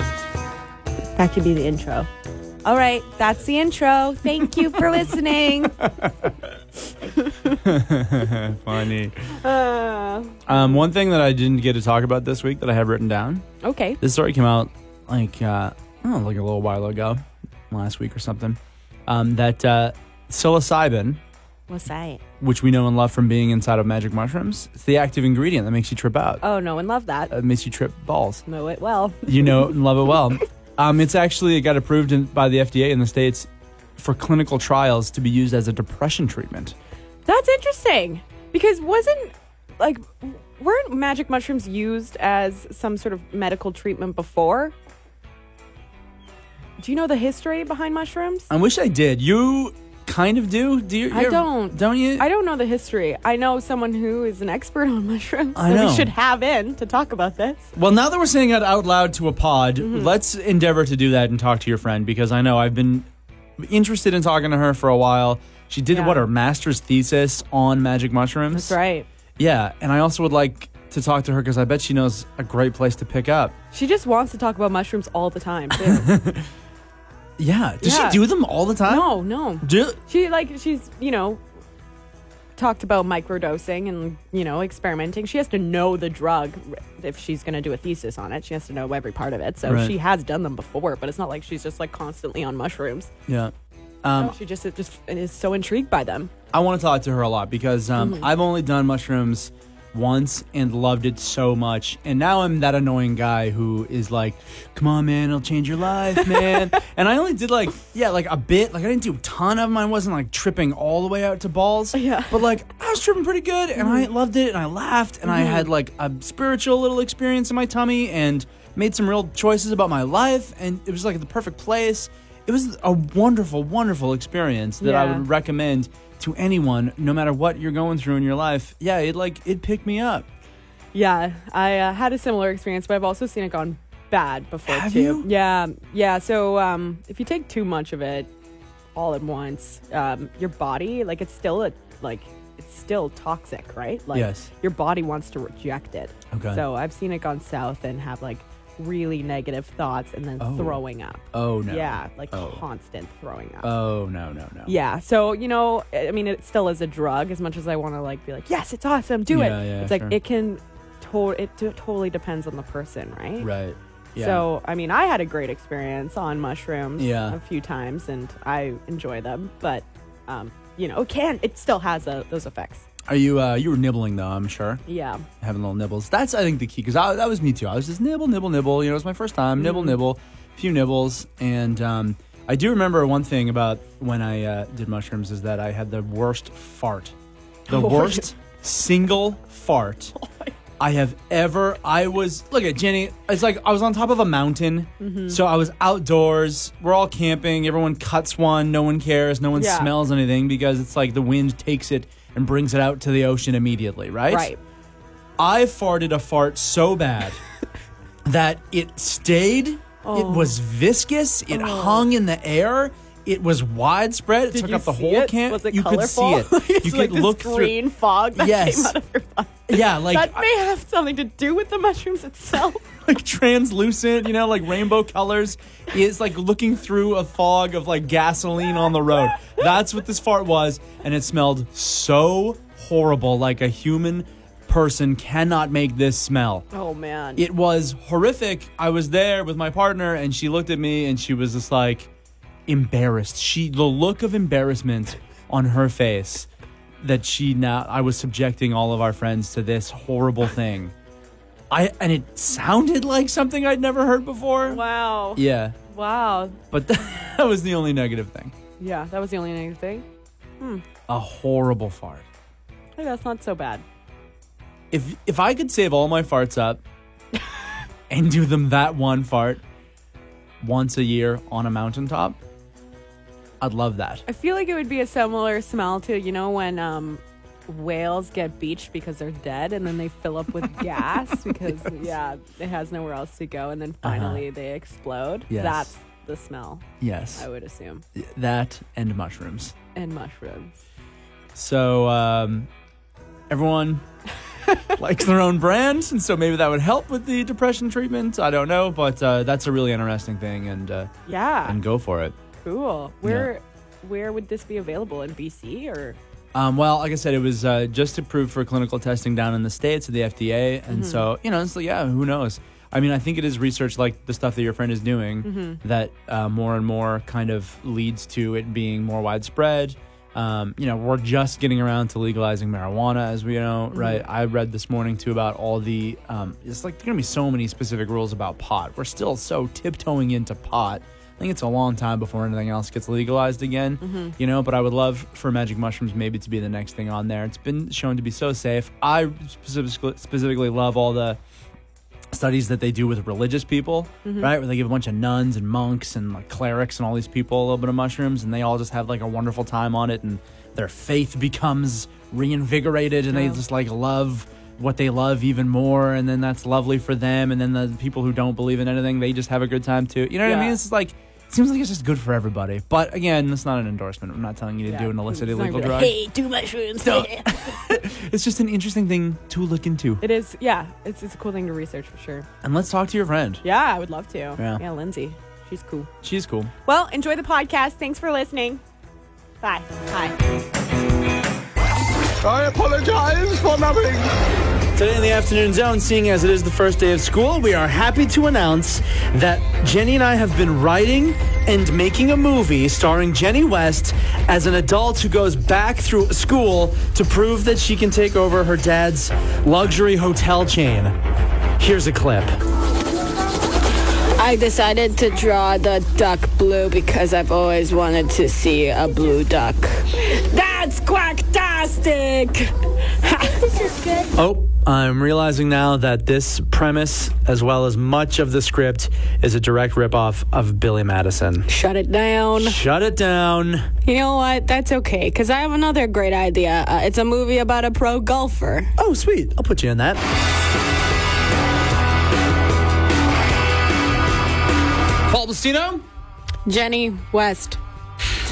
That could be the intro. All right, that's the intro. Thank you for listening. Funny. Uh, Um, one thing that I didn't get to talk about this week that I have written down. okay. This story came out like uh, I don't know, like a little while ago, last week or something. Um, that uh, psilocybin, What's that? which we know and love from being inside of magic mushrooms, it's the active ingredient that makes you trip out. Oh, no one loved that. It makes you trip balls. Know it well. You know and love it well. Um, it's actually it got approved in, by the FDA in the states for clinical trials to be used as a depression treatment. That's interesting because wasn't like weren't magic mushrooms used as some sort of medical treatment before? Do you know the history behind mushrooms? I wish I did. You kind of do. Do you? I you're- don't. Don't you? I don't know the history. I know someone who is an expert on mushrooms. I that know. We should have in to talk about this. Well, now that we're saying it out loud to a pod, Mm-hmm. let's endeavor to do that and talk to your friend because I know I've been interested in talking to her for a while. She did Yeah. what her master's thesis on magic mushrooms. That's right. Yeah, and I also would like to talk to her because I bet she knows a great place to pick up. She just wants to talk about mushrooms all the time. Too. Yeah, does Yeah. she do them all the time? no, no. Do- She like she's you know talked about microdosing and you know experimenting. She has to know the drug r- if she's going to do a thesis on it. She has to know every part of it. So Right. she has done them before, but it's not like she's just like constantly on mushrooms. yeah. Um, she just it just is so intrigued by them. I want to talk to her a lot because um, I've only done mushrooms once and loved it so much. And now I'm that annoying guy who is like, come on, man, it'll change your life, man. and I only did like, yeah, like a bit. Like I didn't do a ton of them. I wasn't like tripping all the way out to balls. Yeah. But like I was tripping pretty good and I loved it and I laughed and I had like a spiritual little experience in my tummy and made some real choices about my life. And it was like the perfect place. It was a wonderful, wonderful experience that I Yeah. would recommend to anyone, no matter what you're going through in your life. Yeah, it like it picked me up. Yeah, I uh, had a similar experience, but I've also seen it gone bad before Have too. you? Yeah, yeah. So um, if you take too much of it all at once, um, your body like it's still a like it's still toxic, right? Like Yes. your body wants to reject it. Okay. So I've seen it gone south and have like really negative thoughts and then Oh. throwing up. Oh no. Yeah, like Oh. constant throwing up. Oh no no no. Yeah. So, you know, I I mean, it still is a drug as much as I want to like be like, yes, it's awesome. Do Yeah, it. yeah, it's like, sure. it can, to- it t- totally depends on the person, right? Right. Yeah. So, I mean, I had a great experience on mushrooms Yeah. a few times and I enjoy them, but, um, you know, it can, it still has a, those effects. are you uh you were nibbling though? I'm sure Yeah. having little nibbles. That's I think the key because that was me too. I was just nibble nibble nibble. You know, it was my first Mm. time. Nibble nibble, few nibbles, and um, I do remember one thing about when I uh, did mushrooms is that I had the worst fart, the What? worst single fart. Oh I have ever. I was look at Jenny. It's like I was on top of a mountain, Mm-hmm. so I was outdoors. We're all camping. Everyone cuts one. No one cares. No one Yeah. smells anything because it's like the wind takes it and brings it out to the ocean immediately. Right. Right. I farted a fart so bad that it stayed. Oh. It was viscous. It hung in the air. It was widespread. It took you up the see whole it? camp. Was it you colorful? could see it. It's you like could this look green fog that Yes. came out of your body. through. Yeah, like uh, that may have something to do with the mushrooms itself. like translucent, you know, like rainbow colors. It's like looking through a fog of like gasoline on the road. That's what this fart was, and it smelled so horrible. Like a human person cannot make this smell. oh, man. It was horrific. I was there with my partner, and she looked at me, and she was just like embarrassed. She the look of embarrassment on her face that she now I was subjecting all of our friends to this horrible thing. I and it sounded like something I'd never heard before. Wow. Yeah, Wow. but that was the only negative thing. Yeah, that was the only negative thing. A horrible fart. Hey, that's not so bad. if if I could save all my farts up and do them that one fart once a year on a mountaintop, I'd love that. I feel like it would be a similar smell to, you know, when um, whales get beached because they're dead and then they fill up with gas because, yeah, it has nowhere else to go. And then finally they explode. Yes. That's the smell, Yes, I would assume. that and mushrooms. And mushrooms. So, um, everyone, likes their own brand, and so maybe that would help with the depression treatment. I don't know, but uh, that's a really interesting thing, and uh, Yeah. and go for it. Cool. Where where would this be available in BC or Um, well, like I said, it was uh, just approved for clinical testing down in the states at the FDA, and so you know, it's like, yeah, who knows? I mean, I think it is research like the stuff that your friend is doing that uh, more and more kind of leads to it being more widespread. Um, you know, we're just getting around to legalizing marijuana, as we know, right? I read this morning too about all the. Um, it's like there's gonna be so many specific rules about pot. We're still so tiptoeing into pot. I think it's a long time before anything else gets legalized again, you know. But I would love for magic mushrooms maybe to be the next thing on there. It's been shown to be so safe. I specifically, specifically love all the studies that they do with religious people, Mm-hmm. right? Where they give a bunch of nuns and monks and like clerics and all these people a little bit of mushrooms, and they all just have like a wonderful time on it, and their faith becomes reinvigorated, and they Yeah. just like love what they love even more, and then that's lovely for them, and then the people who don't believe in anything, they just have a good time too. You know what I Yeah. mean? It's just like. it Seems like it's just good for everybody, but again, it's not an endorsement. I'm not telling you to Yeah. do an illicit It's not illegal gonna- drug. Hey, do mushrooms. It's just an interesting thing to look into. It is yeah, it's it's a cool thing to research for sure. And let's talk to your friend. Yeah, I would love to. Yeah. yeah Lindsay. She's cool. She's cool. Well, enjoy the podcast. Thanks for listening. Bye. Bye. I apologize for nothing. Today in the afternoon zone, seeing as it is the first day of school, we are happy to announce that Jenny and I have been writing and making a movie starring Jenny West as an adult who goes back through school to prove that she can take over her dad's luxury hotel chain. Here's a clip. I decided to draw the duck blue because I've always wanted to see a blue duck. That's quacktastic! Oh, I'm realizing now that this premise, as well as much of the script, is a direct ripoff of Billy Madison. Shut it down. Shut it down. You know what? That's okay because I have another great idea. Uh, it's a movie about a pro golfer. Oh, sweet. I'll put you in that. Paul Bustino? Jenny West.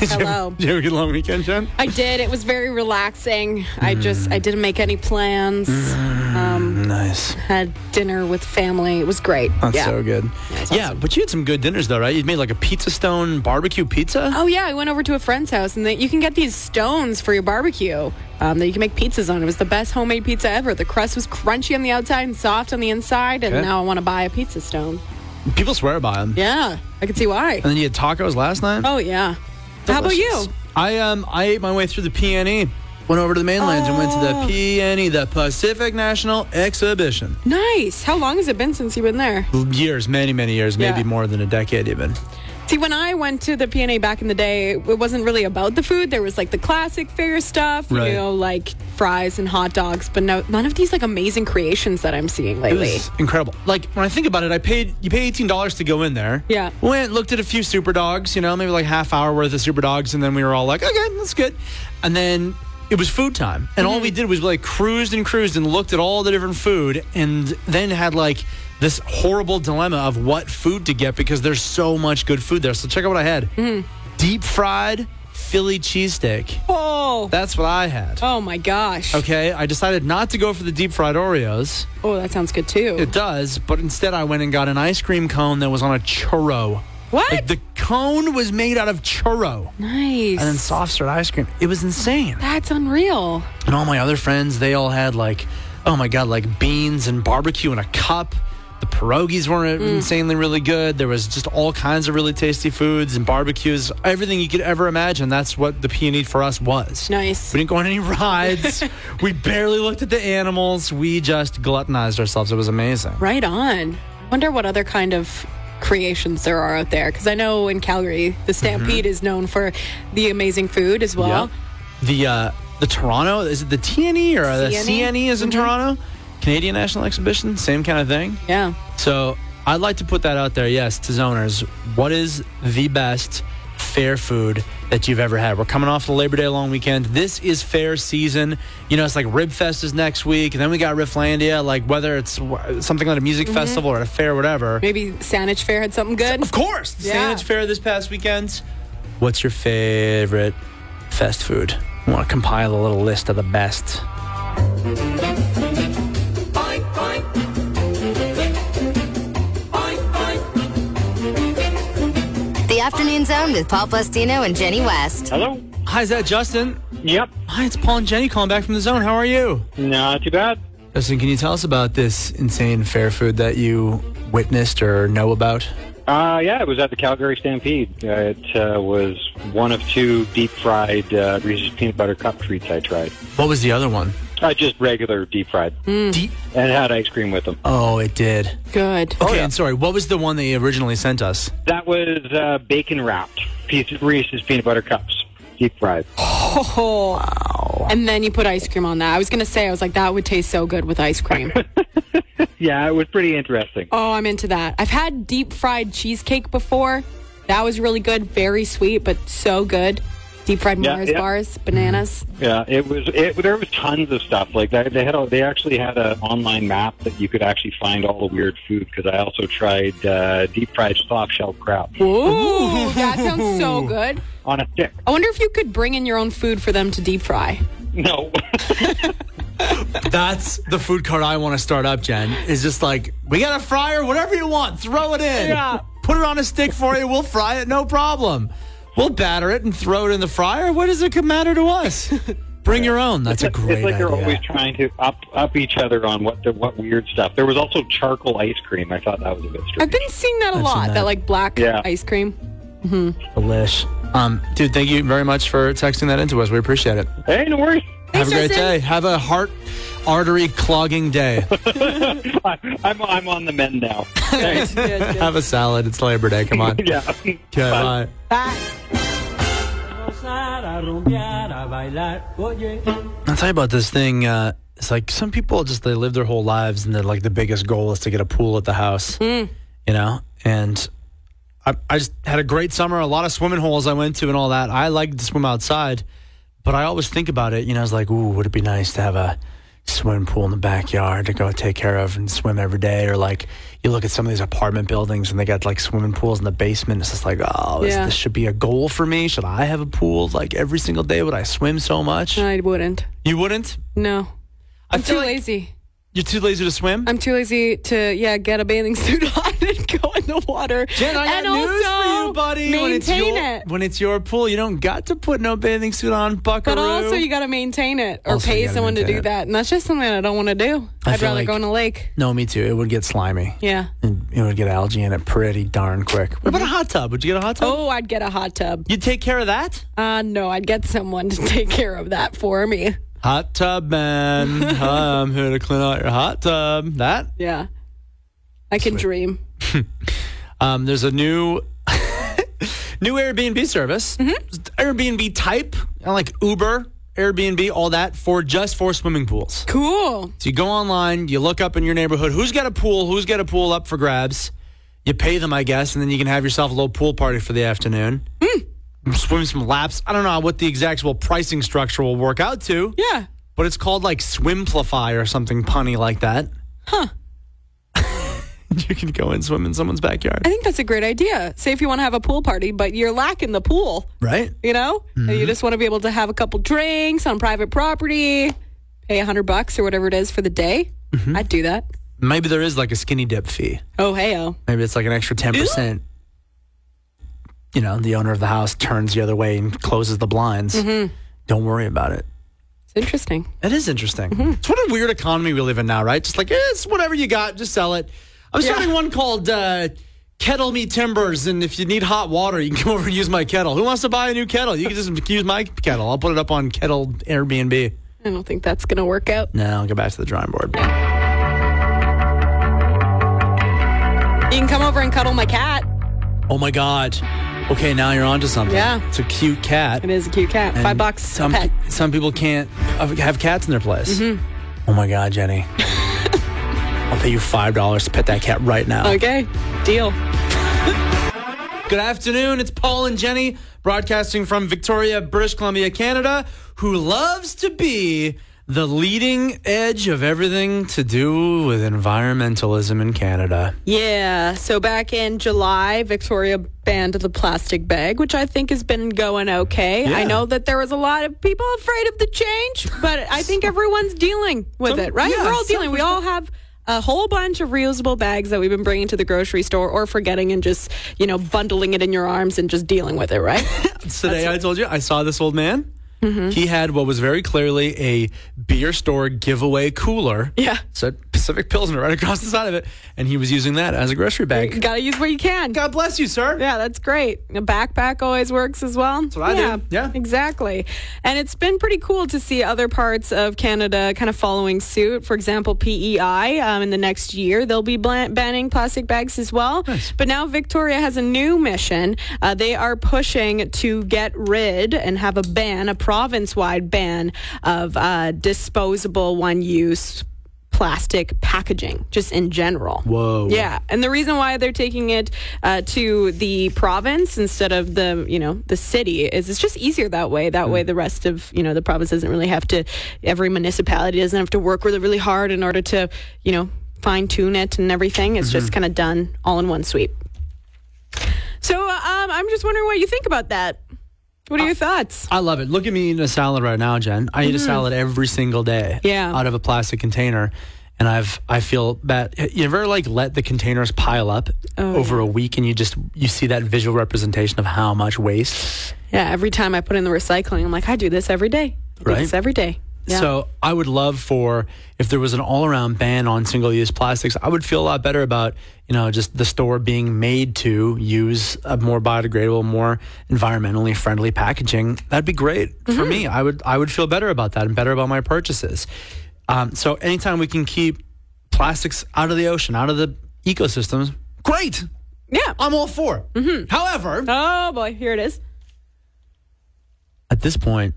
Hello. Did you have a good long weekend, Jen? I did. It was very relaxing. I Mm. just, I didn't make any plans. Um, Nice. had dinner with family. It was great. That's yeah. so good. yeah, but you had some good dinners though, right? You made like a pizza stone barbecue pizza. Oh yeah, I went over to a friend's house, and they, you can get these stones for your barbecue um, that you can make pizzas on. It was the best homemade pizza ever. The crust was crunchy on the outside and soft on the inside, and Okay. now I want to buy a pizza stone. People swear by them. Yeah, I can see why. And then you had tacos last night. Oh yeah. How about you? Delicious. I um I ate my way through the PNE. Went over to the mainland and went to the Oh. PNE, the Pacific National Exhibition. Nice. How long has it been since you've been there? Years, many, many years, maybe Yeah. more than a decade even. See, when I went to the PNA back in the day, it wasn't really about the food. There was like the classic fair stuff, Right. you know, like fries and hot dogs, but no, none of these like amazing creations that I'm seeing It lately. was incredible. Like when I think about it, I paid you pay eighteen dollars to go in there. Yeah. Went looked at a few super dogs, you know, maybe like half hour worth of super dogs, and then we were all like, okay, that's good. And then it was food time, and Mm-hmm. all we did was like cruised and cruised and looked at all the different food, and then had like this horrible dilemma of what food to get because there's so much good food there. So check out what I had: Mm-hmm. deep fried Philly cheesesteak. oh, That's what I had. oh my gosh. Okay, I decided not to go for the deep fried Oreos. Oh, that sounds good too. It does, but instead I went and got an ice cream cone that was on a churro. What? Like, the cone was made out of churro nice. and then soft serve ice cream. It was insane. That's unreal. And all my other friends, they all had like, oh my god, like beans and barbecue in a cup. The pierogies were Mm. insanely really good. There was just all kinds of really tasty foods and barbecues, everything you could ever imagine. That's what the peony for us was. Nice. We didn't go on any rides. we barely looked at the animals. We just gluttonized ourselves. It was amazing. Right on. Wonder what other kind of creations there are out there because I know in Calgary the Stampede is known for the amazing food as well. Yeah. The uh, the Toronto is it the TNE or the CNE? CNE is in Toronto, Canadian National Exhibition, same kind of thing. Yeah. So I'd like to put that out there, yes, to zoners. What is the best fair food that you've ever had? We're coming off the Labor Day long weekend. This is fair season. You know, it's like Rib Fest is next week, and then we got Rifflandia. Like whether it's w- something like a music festival or a fair, whatever. Maybe Saanich Fair had something good. Of course, the Yeah. Saanich Fair this past weekend. What's your favorite fest food? I want to compile a little list of the best. Afternoon Zone with Paul Plastino and Jenny West. Hello? Hi, is that Justin? Yep. Hi, it's Paul and Jenny calling back from the zone. How are you? Not too bad. Justin, can you tell us about this insane fair food that you witnessed or know about? Uh, yeah, it was at the Calgary Stampede. Uh, it uh, was one of two deep fried uh, Reese's peanut butter cup treats I tried. What was the other one? Uh, just regular deep fried, Deep. and had ice cream with them. Oh, it did. Good. Okay, and sorry, what was the one that you originally sent us? That was uh, bacon wrapped piece of Reese's peanut butter cups, deep fried. Oh. And then you put ice cream on that. I was going to say, I was like, that would taste so good with ice cream. Yeah, it was pretty interesting. oh, I'm into that. I've had deep fried cheesecake before. That was really good. Very sweet, but so good. Deep fried Yeah, Mars yeah. bars, bananas. Yeah, it was. It, there was tons of stuff like that. They had. A, they actually had an online map that you could actually find all the weird food. Because I also tried uh, deep fried soft shell crab Hmm. Ooh, that sounds so good. on a stick. I wonder if you could bring in your own food for them to deep fry. No. That's the food cart I want to start up, Jen. Is just like, we got a fryer, whatever you want, throw it in. Yeah. Put it on a stick for you, we'll fry it, no problem. We'll batter it and throw it in the fryer. What does it co- matter to us? Bring your own. That's a great it's like idea. they're always trying to up up each other on what the, what weird stuff. There was also charcoal ice cream. I thought that was a bit I've strange. been seeing that a lot, that. that like black Yeah. ice cream. Delish. Um, dude, thank you very much for texting that into us. We appreciate it. Hey, no worries. Have a great day. Have a heart artery clogging day. I, I'm I'm on the mend now. Thanks. Have a salad. It's Labor Day. Come on. yeah. Okay, bye. I'll tell you about this thing. Uh, it's like some people just they live their whole lives and they're like the biggest goal is to get a pool at the house, you know. And I, I just had a great summer, a lot of swimming holes I went to and all that. I like to swim outside, but I always think about it. You know, I was like, ooh, would it be nice to have a swimming pool in the backyard to go take care of and swim every day? Or like you look at some of these apartment buildings and they got like swimming pools in the basement. It's just like, oh, is- Yeah. this should be a goal for me. Should I have a pool like every single day? Would I swim so much? I wouldn't. You wouldn't? No. I'm feel too like- lazy. You're too lazy to swim? I'm too lazy to yeah get a bathing suit on and go in the water. Jen, I and got news also for you, buddy. when it's Maintain your, it. When it's your pool, you don't got to put no bathing suit on, buckaroo. But also, you got to maintain it or Also, you pay gotta someone to maintain do it. that. And that's just something I don't want to do. I I'd feel rather like- go in a lake. No, me too. It would get slimy. Yeah. And it would get algae in it pretty darn quick. What about a hot tub? Would you get a hot tub? Oh, I'd get a hot tub. You'd take care of that? Uh, no, I'd get someone to take care of that for me. Hot tub man. Hi, I'm here to clean out your hot tub. That Yeah. I can dream. Um, there's a new new Airbnb service, Mm-hmm. Airbnb type, kinda like Uber, Airbnb, all that for just for swimming pools. Cool. So you go online, you look up in your neighborhood who's got a pool, who's got a pool up for grabs. You pay them, I guess, and then you can have yourself a little pool party for the afternoon. Hmm. Swim some laps. I don't know what the exact well, pricing structure will work out to, Yeah. but it's called like Swimplify or something punny like that. Huh. you can go and swim in someone's backyard. I think that's a great idea. Say if you want to have a pool party, but you're lacking the pool, Right? Mm-hmm. you know? And you just want to be able to have a couple drinks on private property, pay a hundred bucks or whatever it is for the day. Mm-hmm. I'd do that. Maybe there is like a skinny dip fee. Oh, hey, oh. Maybe it's like an extra 10%. You know, the owner of the house turns the other way and closes the blinds. Mm-hmm. Don't worry about it. It's interesting. It is interesting. Mm-hmm. It's what a weird economy we live in now, right? Just like, eh, it's whatever you got, just sell it. I was starting one called uh, Kettle Me Timbers, and if you need hot water, you can come over and use my kettle. Who wants to buy a new kettle? You can just use my kettle. I'll put it up on Kettle Airbnb. I don't think that's going to work out. Now I'll go back to the drawing board. You can come over and cuddle my cat. Oh my God. Okay, now you're onto something. Yeah. It's a cute cat. It is a cute cat. Five And bucks. Some pet. some people can't have have cats in their place. Mm-hmm. Oh my god, Jenny! I'll pay you five dollars to pet that cat right now. Okay. Deal. Good afternoon. It's Paul and Jenny broadcasting from Victoria, British Columbia, Canada, who loves to be the leading edge of everything to do with environmentalism in Canada. Yeah. So back in July, Victoria banned the plastic bag, which I think has been going okay. I Yeah. know that there was a lot of people afraid of the change, but I think everyone's dealing with Some- it, right? yeah, We're all some dealing. We all have a whole bunch of reusable bags that we've been bringing to the grocery store or forgetting and just, you know, bundling it in your arms and just dealing with it, right? Today, I told you, I saw this old man. He had what was very clearly a beer store giveaway cooler. Yeah. Said Pacific Pilsner right across the side of it. And he was using that as a grocery bag. Got to use what you can. God bless you, sir. Yeah, that's great. A backpack always works as well. That's what I do. yeah, Yeah. exactly. And it's been pretty cool to see other parts of Canada kind of following suit. For example, PEI um, in the next year they'll be blan- banning plastic bags as well. But now Victoria has a new mission. Uh, they are pushing to get rid and have a ban, a province-wide ban of uh, disposable one-use plastic packaging just in general. Whoa. Yeah, and the reason why they're taking it uh, to the province instead of the you know the city is it's just easier that way. That Mm. way, the rest of you know the province doesn't really have to. Every municipality doesn't have to work really really hard in order to you know fine tune it and everything. It's just Mm-hmm. kind of done all in one sweep. So uh, um, I'm just wondering what you think about that. What are your thoughts? I love it. Look at me eating a salad right now, Jen. I eat a salad every single day. Yeah. Out of a plastic container. And I've I feel bad. You ever like let the containers pile up over a week and you just you see that visual representation of how much waste. Yeah, every time I put in the recycling, I'm like, I do this every day. I do Right. this every day. Yeah. So I would love for if there was an all around ban on single use plastics, I would feel a lot better about, you know, just the store being made to use a more biodegradable, more environmentally friendly packaging. That'd be great for Mm-hmm. me. I would I would feel better about that and better about my purchases. Um, so anytime we can keep plastics out of the ocean, out of the ecosystems, great. yeah. I'm all for. it. Mm-hmm. However, Oh boy, here it is. at this point,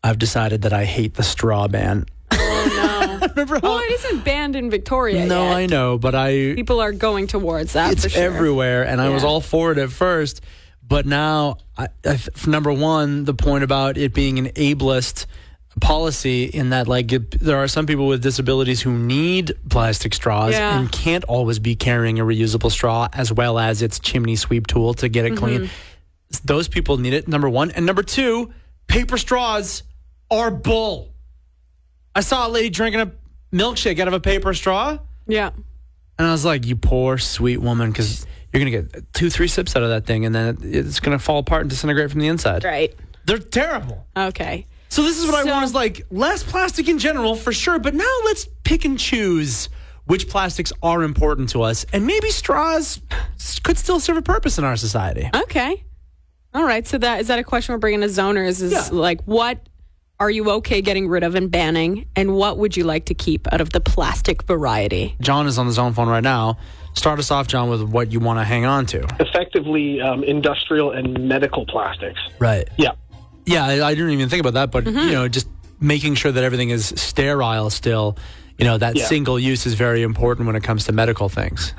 I've decided that I hate the straw ban. Remember how Well, it isn't banned in Victoria. No, yet. I know, but I people are going towards that. it's for sure. everywhere, and I was Yeah. all for it at first, but now, I, I, th- for number one, the point about it being an ableist policy in that like it, there are some people with disabilities who need plastic straws Yeah. and can't always be carrying a reusable straw as well as its chimney sweep tool to get it Mm-hmm. clean. Those people need it. Number one, and number two, paper straws are bull. I saw a lady drinking a milkshake out of a paper straw. Yeah. And I was like, you poor, sweet woman, because you're going to get two, three sips out of that thing, and then it- it's going to fall apart and disintegrate from the inside. Right. They're terrible. Okay. So this is what I So- want is like less plastic in general, for sure, but now let's pick and choose which plastics are important to us, and maybe straws s- could still serve a purpose in our society. Okay. All right. So that is that a question we're bringing to zoners? Is Yeah. like what are you okay getting rid of and banning, and what would you like to keep out of the plastic variety? John is on his own phone right now. Start us off, John, with what you want to hang on to. effectively um, industrial and medical plastics. Right. Yeah. Yeah, I, I didn't even think about that, but you know, just making sure that everything is sterile still. You know, that Yeah. single use is very important when it comes to medical things.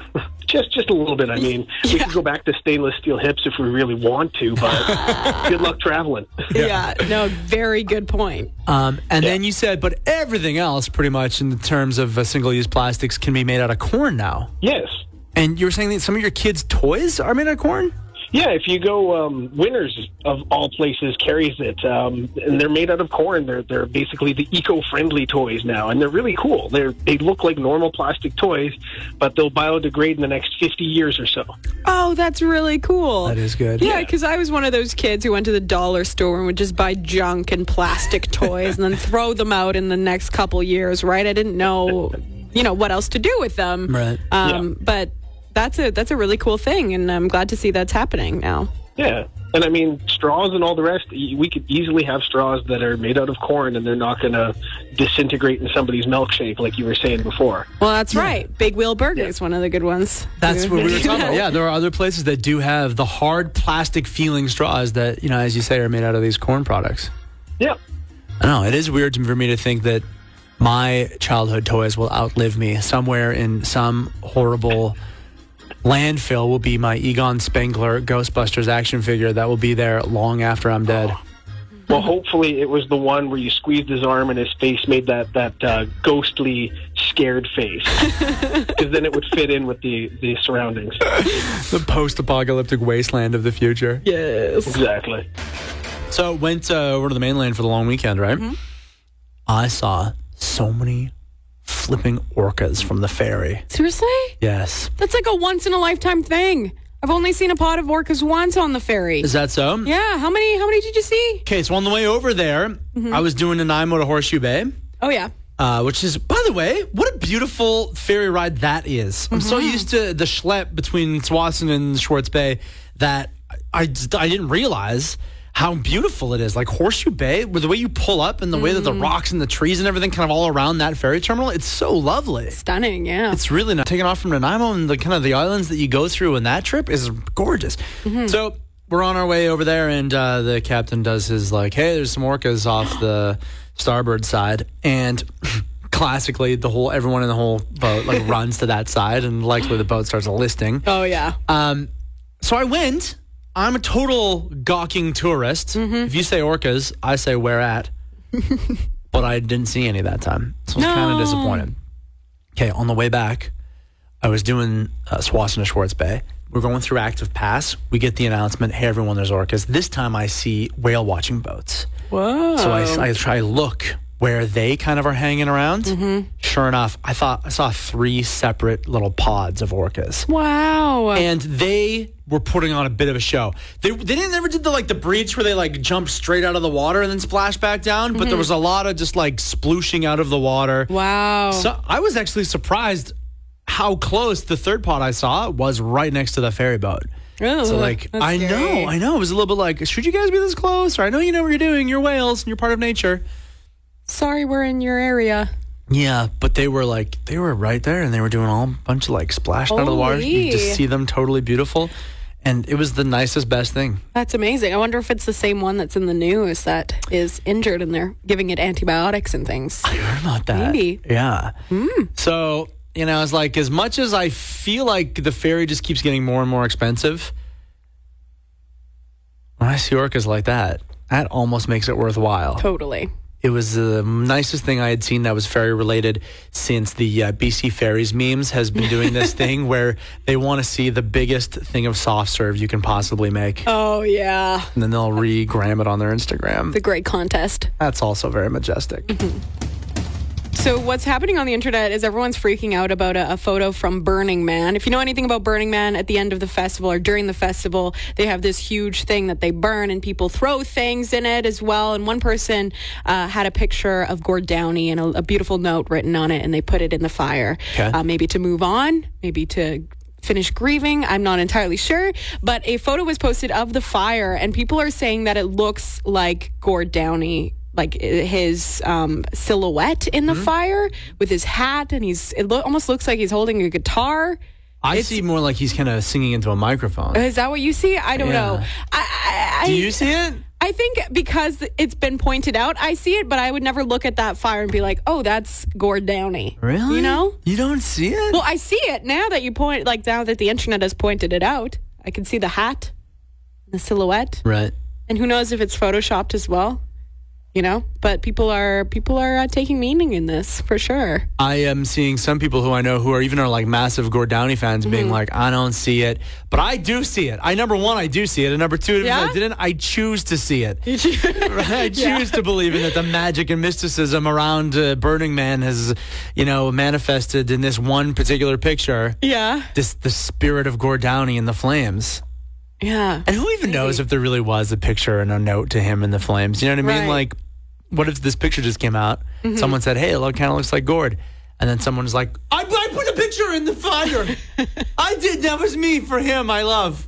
Just just a little bit. I mean, we could go back to stainless steel hips if we really want to, but good luck traveling. Yeah. no. Very good point. Um, and then you said, but everything else, pretty much in terms of uh, single use plastics, can be made out of corn now. yes. And you were saying that some of your kids' toys are made out of corn? Yeah, if you go, um, Winners of all places carries it, um, and they're made out of corn. They're they're basically the eco-friendly toys now, and they're really cool. They are they look like normal plastic toys, but they'll biodegrade in the next fifty years or so. Oh, that's really cool. That is good. Yeah, because I was one of those kids who went to the dollar store and would just buy junk and plastic toys and then throw them out in the next couple years, right? I didn't know, you know, what else to do with them. Right. Um, But that's a that's a really cool thing, and I'm glad to see that's happening now. Yeah. And I mean, straws and all the rest, y- we could easily have straws that are made out of corn and they're not going to disintegrate in somebody's milkshake, like you were saying before. Well, that's right. Big Wheel Burger is one of the good ones. That's what we were talking about. Yeah, there are other places that do have the hard plastic feeling straws that, you know, as you say, are made out of these corn products. Yeah. I know it is weird for me to think that my childhood toys will outlive me. Somewhere in some horrible landfill will be my Egon Spengler Ghostbusters action figure that will be there long after I'm dead. Well, hopefully it was the one where you squeezed his arm and his face made that, that uh, ghostly, scared face. Because then it would fit in with the, the surroundings. The post-apocalyptic wasteland of the future. Yes. Exactly. So went uh, over to the mainland for the long weekend, right? I saw so many flipping orcas from the ferry. Seriously? Yes. That's like a once in a lifetime thing. I've only seen a pod of orcas once on the ferry. Is that so? yeah, how many how many did you see? Okay, so on the way over there, I was doing Nanaimo to Horseshoe Bay, Oh yeah. uh, which is, by the way, what a beautiful ferry ride that is. I'm so used to the schlep between Swanson and Schwartz Bay that I, I just- I didn't realize how beautiful it is. Like Horseshoe Bay, with the way you pull up and the way that the rocks and the trees and everything kind of all around that ferry terminal, it's so lovely. Stunning, yeah. It's really nice. Taking off from Nanaimo and the kind of the islands that you go through in that trip is gorgeous. So we're on our way over there, and uh, the captain does his like, "Hey, there's some orcas off the starboard side," and. Classically, the whole everyone in the whole boat like runs to that side, and likely the boat starts listing. oh yeah. Um, so I went. I'm a total gawking tourist. If you say orcas, I say where at. but I didn't see any that time. So I was kind of disappointed. Okay, on the way back, I was doing uh, Swassana Schwartz Bay. We're going through Active Pass. We get the announcement hey, everyone, there's orcas. This time I see whale watching boats. Whoa. So I, I try to look where they kind of are hanging around. Sure enough, I thought I saw three separate little pods of orcas wow. and they were putting on a bit of a show. They they didn't ever did the like the breach where they like jumped straight out of the water and then splash back down, Mm-hmm. but there was a lot of just like splooshing out of the water. wow. So I was actually surprised how close the third pod I saw was right next to the ferry boat. Oh, so like that's I scary. know, I know. It was a little bit like, should you guys be this close? Or I know you know what you're doing. You're whales and you're part of nature. Sorry we're in your area. Yeah, but they were like they were right there, and they were doing all a bunch of like splashing out of the water. You Holy. just see them totally beautiful, and it was the nicest, best thing. That's amazing. I wonder if it's the same one that's in the news that is injured and they're giving it antibiotics and things. I heard about that. Maybe. Hmm. Yeah. So you know, I was like, as much as I feel like the ferry just keeps getting more and more expensive, when I see orcas like that, that almost makes it worthwhile. Totally. It was the nicest thing I had seen that was ferry related since the uh, BC Ferries memes has been doing this thing where they want to see the biggest thing of soft serve you can possibly make, Oh yeah. and then they'll regram it on their Instagram. The Mm-hmm. great contest. That's also very majestic. So what's happening on the internet is everyone's freaking out about a, a photo from Burning Man. If you know anything about Burning Man, at the end of the festival or during the festival, they have this huge thing that they burn and people throw things in it as well. And one person uh, had a picture of Gord Downey and a, a beautiful note written on it, and they put it in the fire, Okay. uh, maybe to move on, maybe to finish grieving. I'm not entirely sure, but a photo was posted of the fire, and people are saying that it looks like Gord Downey. Like uh, his um, silhouette in Mm-hmm. the fire with his hat, and he's it lo- almost looks like he's holding a guitar. I see more like he's kind of singing into a microphone. Is that what you see? I don't know. Yeah. I, I, Do I- you see it? I think because it's been pointed out, I see it, but I would never look at that fire and be like, "Oh, that's Gord Downey." Really? You know? You don't see it? Well, I see it now that you point, like now that the internet has pointed it out. I can see the hat, the silhouette, right. and who knows if it's photoshopped as well. You know, but people are people are uh, taking meaning in this for sure. I am seeing some people who I know who are even are like massive Gord Downey fans Mm-hmm. being like, I don't see it. But I do see it. I number one, I do see it. And number two, if Yeah? I didn't, I choose to see it. Right? I choose to believe in it. The magic and mysticism around uh, Burning Man has, you know, manifested in this one particular picture. Yeah, This the spirit of Gord Downey in the flames. yeah. And who even knows if there really was a picture and a note to him in the flames? You know what I mean? Right. Like, what if this picture just came out? Someone said, "Hey, it look, kind of looks like Gord," and then someone's like, "I, I put a picture in the fire. I did. That was me for him. I love."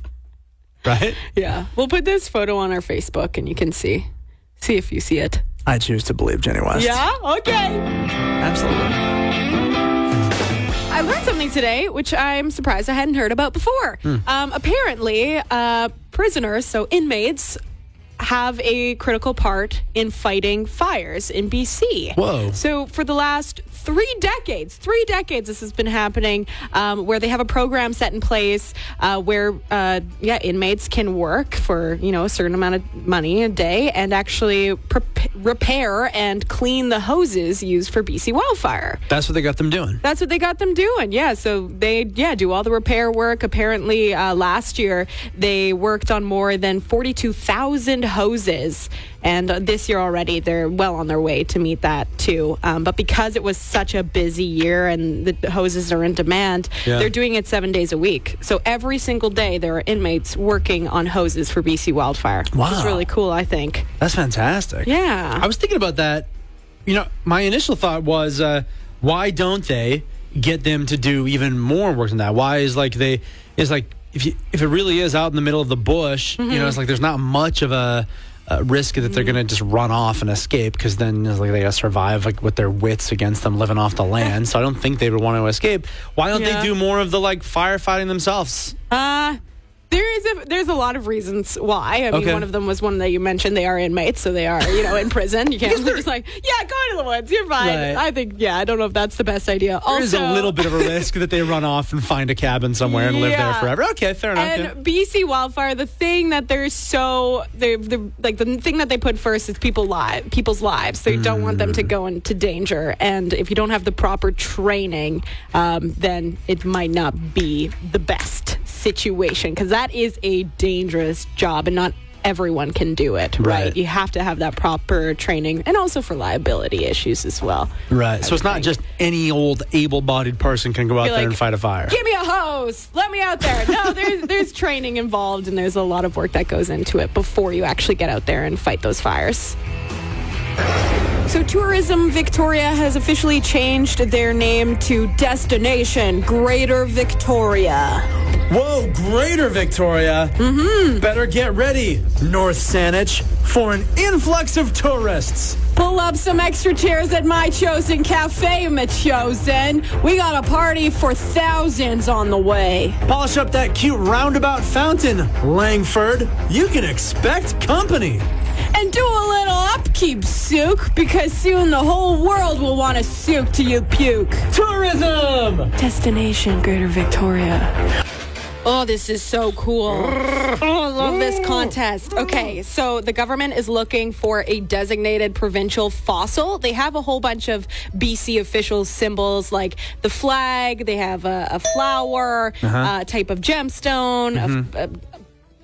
Right? Yeah, we'll put this photo on our Facebook, and you can see see if you see it. I choose to believe Jenny West. Yeah, okay. absolutely. I learned something today, which I'm surprised I hadn't heard about before. Um, apparently, uh, prisoners, so inmates, have a critical part in fighting fires in BC. Whoa. So for the last three decades, three decades, this has been happening, um, where they have a program set in place uh, where, uh, yeah, inmates can work for you know a certain amount of money a day and actually prep repair and clean the hoses used for BC wildfire. That's what they got them doing. That's what they got them doing. Yeah. So they, yeah, do all the repair work. Apparently, uh, last year, they worked on more than 42,000 hoses And uh, this year already, they're well on their way to meet that too. Um, but because it was such a busy year and the hoses are in demand, Yeah. they're doing it seven days a week. So every single day, there are inmates working on hoses for BC Wildfire, which Wow. is really cool, I think. That's fantastic. Yeah. I was thinking about that. You know, my initial thought was, uh, why don't they get them to do even more work than that? Why is like they is like if you, if it really is out in the middle of the bush, you Mm-hmm. know, it's like there's not much of a, a risk that they're going to just run off and escape because then it's like they got to survive like with their wits against them living off the land. so I don't think they would want to escape. Why don't Yeah. they do more of the like firefighting themselves? Uh, there is a there's a lot of reasons why. I mean, Okay. one of them was one that you mentioned. They are inmates, so they are you know in prison. You can't just like yeah, go into the woods. You're fine. Right. I think yeah. I don't know if that's the best idea. There also, is a little bit of a risk that they run off and find a cabin somewhere and live there Yeah. forever. Okay, fair enough. yeah. And BC wildfire, the thing that they're so they the like the thing that they put first is people live people's lives. They don't want Mm. them to go into danger, and if you don't have the proper training, um, then it might not be the best situation because that is a dangerous job, and not everyone can do it. Right. Right. You have to have that proper training, and also for liability issues as well. Right. So it's not just any old able-bodied person can go out Be there and like, fight a fire. Give me a hose. Let me out there. No, there's there's training involved and there's a lot of work that goes into it before you actually get out there and fight those fires. So Tourism Victoria has officially changed their name to Destination Greater Victoria. Whoa, Greater Victoria. Mm-hmm. Better get ready, North Saanich, for an influx of tourists. Pull up some extra chairs at my chosen cafe, my chosen. We got a party for thousands on the way. Polish up that cute roundabout fountain, Langford. You can expect company. And do a little upkeep, Sook, because soon the whole world will want to Sook to you puke. Tourism. Destination Greater Victoria. Oh, this is so cool. Oh, I love this contest. Okay, so the government is looking for a designated provincial fossil. They have a whole bunch of BC official symbols like the flag, they have a, a flower, Uh-huh. a type of gemstone, Mm-hmm. of uh,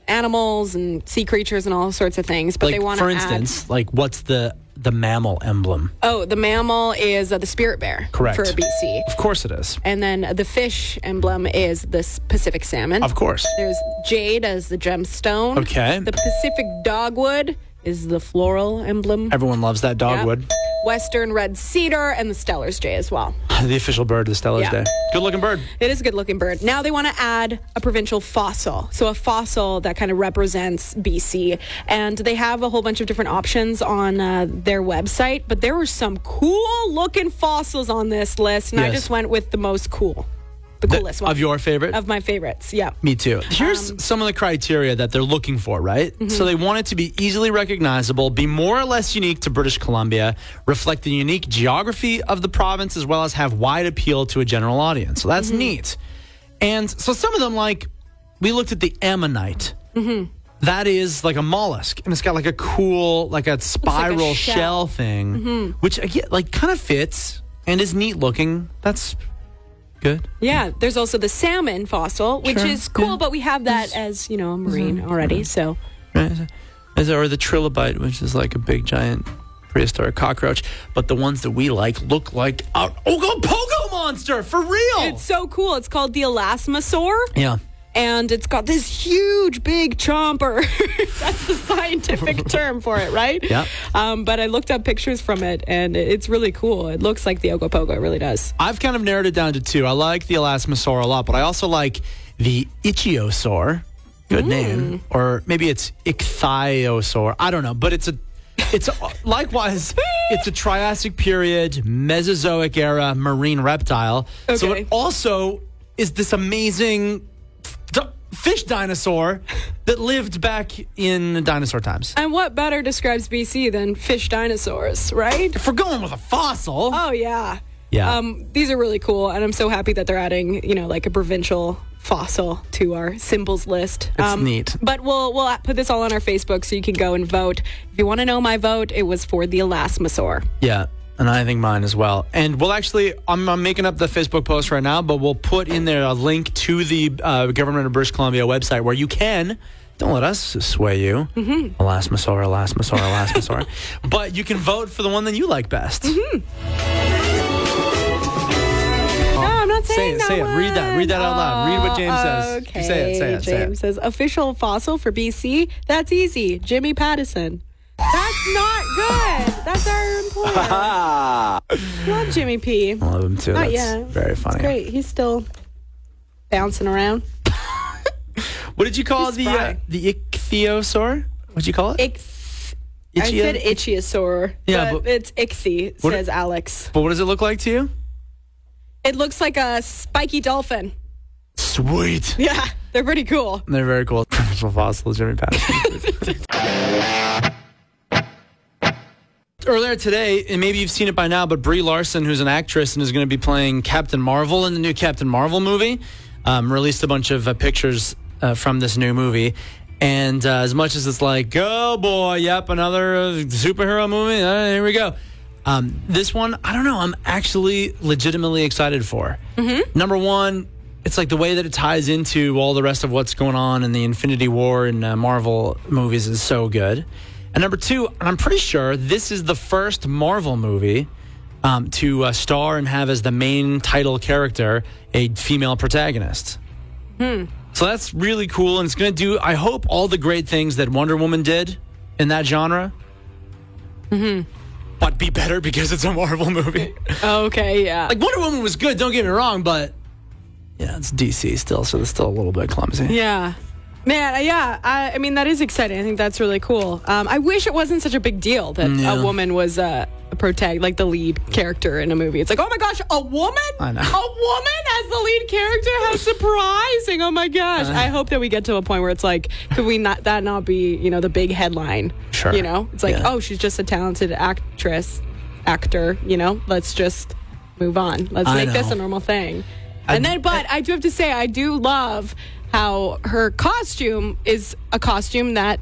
animals and sea creatures and all sorts of things. But they Like, want to for add, instance, like what's the the mammal emblem? oh, the mammal is uh, the spirit bear Correct. for BC. Of course it is. And then the fish emblem is the s- Pacific salmon. Of course. There's jade as the gemstone. Okay. The Pacific dogwood is the floral emblem. Everyone loves that Yep. dogwood. Western red cedar and the Stellar's Jay as well. The official bird of the Stellar's Yeah. Day. Good looking bird. It is a good looking bird. Now they want to add a provincial fossil. So a fossil that kind of represents BC. And they have a whole bunch of different options on uh, their website. But there were some cool looking fossils on this list. And I Yes. just went with the most cool. The coolest one. Of your favorite? Of my favorites. Yeah. Me too. Here's some of the criteria that they're looking for, right? So they want it to be easily recognizable, be more or less unique to British Columbia, reflect the unique geography of the province, as well as have wide appeal to a general audience. So that's neat. And so some of them, like, we looked at the ammonite. Mm-hmm. That is like a mollusk, and it's got like a cool, like a spiral shell. shell. Mm-hmm. thing, which again, like, kind of fits and is neat looking. That's good. Yeah, there's also the salmon fossil, which Sure, is cool, yeah. Mm-hmm. but we have that as, you know, a marine already. So, Right. Is- Or the trilobite, which is like a big giant prehistoric cockroach. But the ones that we like look like a Ogo Pogo monster for real. it's so cool. It's called the elasmosaur. yeah. And it's got this huge, big chomper. That's the scientific term for it, right? Yeah. Um, but I looked up pictures from it, and it- it's really cool. It looks like the Ogopogo. It really does. I've kind of narrowed it down to two. I like the Elasmosaur a lot, but I also like the Ichiosaur. Good name. Or maybe it's Ichthyosaur. I don't know, but it's a it's a, likewise it's a Triassic period Mesozoic era marine reptile. So Okay. it also is this amazing f- di- fish dinosaur that lived back in dinosaur times. And what better describes BC than fish dinosaurs, right? If we're going with a fossil, Oh yeah. Yeah. Um, these are really cool, and I'm so happy that they're adding, you know, like a provincial fossil to our symbols list. It's neat. But we'll we'll put this all on our Facebook so you can go and vote. If you want to know my vote, it was for the Elasmosaur. Yeah, and I think mine as well. And we'll actually, I'm, I'm making up the Facebook post right now, but we'll put in there a link to the uh, government of British Columbia website where you can Don't let us sway you. Mm-hmm. Elasmosaur, Elasmosaur, Elasmosaur. but you can vote for the one that you like best. Mm-hmm. No, Oh, I'm not Say saying it, that say it. Read that. Read that out loud. Read what one. James says. Okay. Say it, say it, say it. James says official fossil for BC. That's easy. Jimmy Pattison. That's not good. That's our employer. Love Jimmy P. I love him too. Not That's yet. very funny. Great. He's still bouncing around. What did you call He's the uh, fine. the ichthyosaur? What'd you call it? Ix- I Ichthyo- said itchiosaur. Yeah, but, but- it's ichthy, What- says Alex. but what does it look like to you? It looks like a spiky dolphin. Sweet. Yeah, they're pretty cool. They're very cool. Professional fossil, Jimmy Patterson. Earlier today, and maybe you've seen it by now, but Brie Larson, who's an actress and is going to be playing Captain Marvel in the new Captain Marvel movie, um, released a bunch of uh, pictures uh, from this new movie. And uh, as much as it's like, oh boy, yep, another uh, superhero movie, uh, here we go. Um, this one, I don't know, I'm actually legitimately excited for. Number one, it's like the way that it ties into all the rest of what's going on in the Infinity War and uh, Marvel movies is so good. And number two, I'm pretty sure this is the first Marvel movie um, to uh, star and have as the main title character a female protagonist. So that's really cool, and it's going to do, I hope, all the great things that Wonder Woman did in that genre. Mm-hmm. But be better because it's a Marvel movie. Okay, yeah. Like Wonder Woman was good, don't get me wrong, but yeah, it's DC still, so it's still a little bit clumsy. Yeah. Man, uh, yeah. I, I mean, that is exciting. I think that's really cool. Um, I wish it wasn't such a big deal that Yeah. a woman was uh, a protag, like the lead character in a movie. It's like, oh my gosh, a woman? I A woman know. as the lead character? How surprising. Oh my gosh. Uh-huh. I hope that we get to a point where it's like, could we not, that not be, you know, the big headline? Sure. You know, it's like, Yeah. oh, she's just a talented actress, actor, you know, let's just move on. Let's I make this know. a normal thing. And I- then, but I do have to say, I do love how her costume is a costume that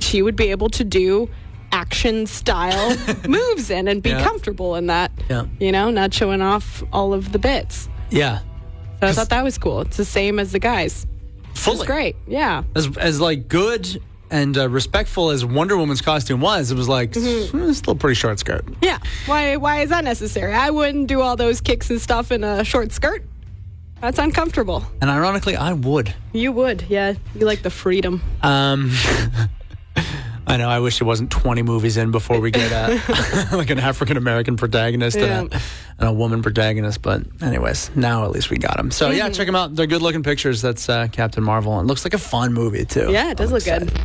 she would be able to do action style moves in and be Yeah. comfortable in that. Yeah. You know, not showing off all of the bits. Yeah. So I thought that was cool. It's the same as the guys. Fully. It's great. Yeah. As, as like good and uh, respectful as Wonder Woman's costume was, it was like Mm-hmm. "Hmm, still pretty short skirt. Yeah. Why why is that necessary? I wouldn't do all those kicks and stuff in a short skirt. That's uncomfortable. And ironically, I would. You would. Yeah. You like the freedom. Um, I know. I wish it wasn't 20 movies in before we get uh, like an African American protagonist and, Yeah. a, and a woman protagonist. But anyways, now at least we got them. So yeah, Mm-hmm. check them out. They're good looking pictures. That's uh, Captain Marvel. And it looks like a fun movie too. Yeah, it does I'm look good.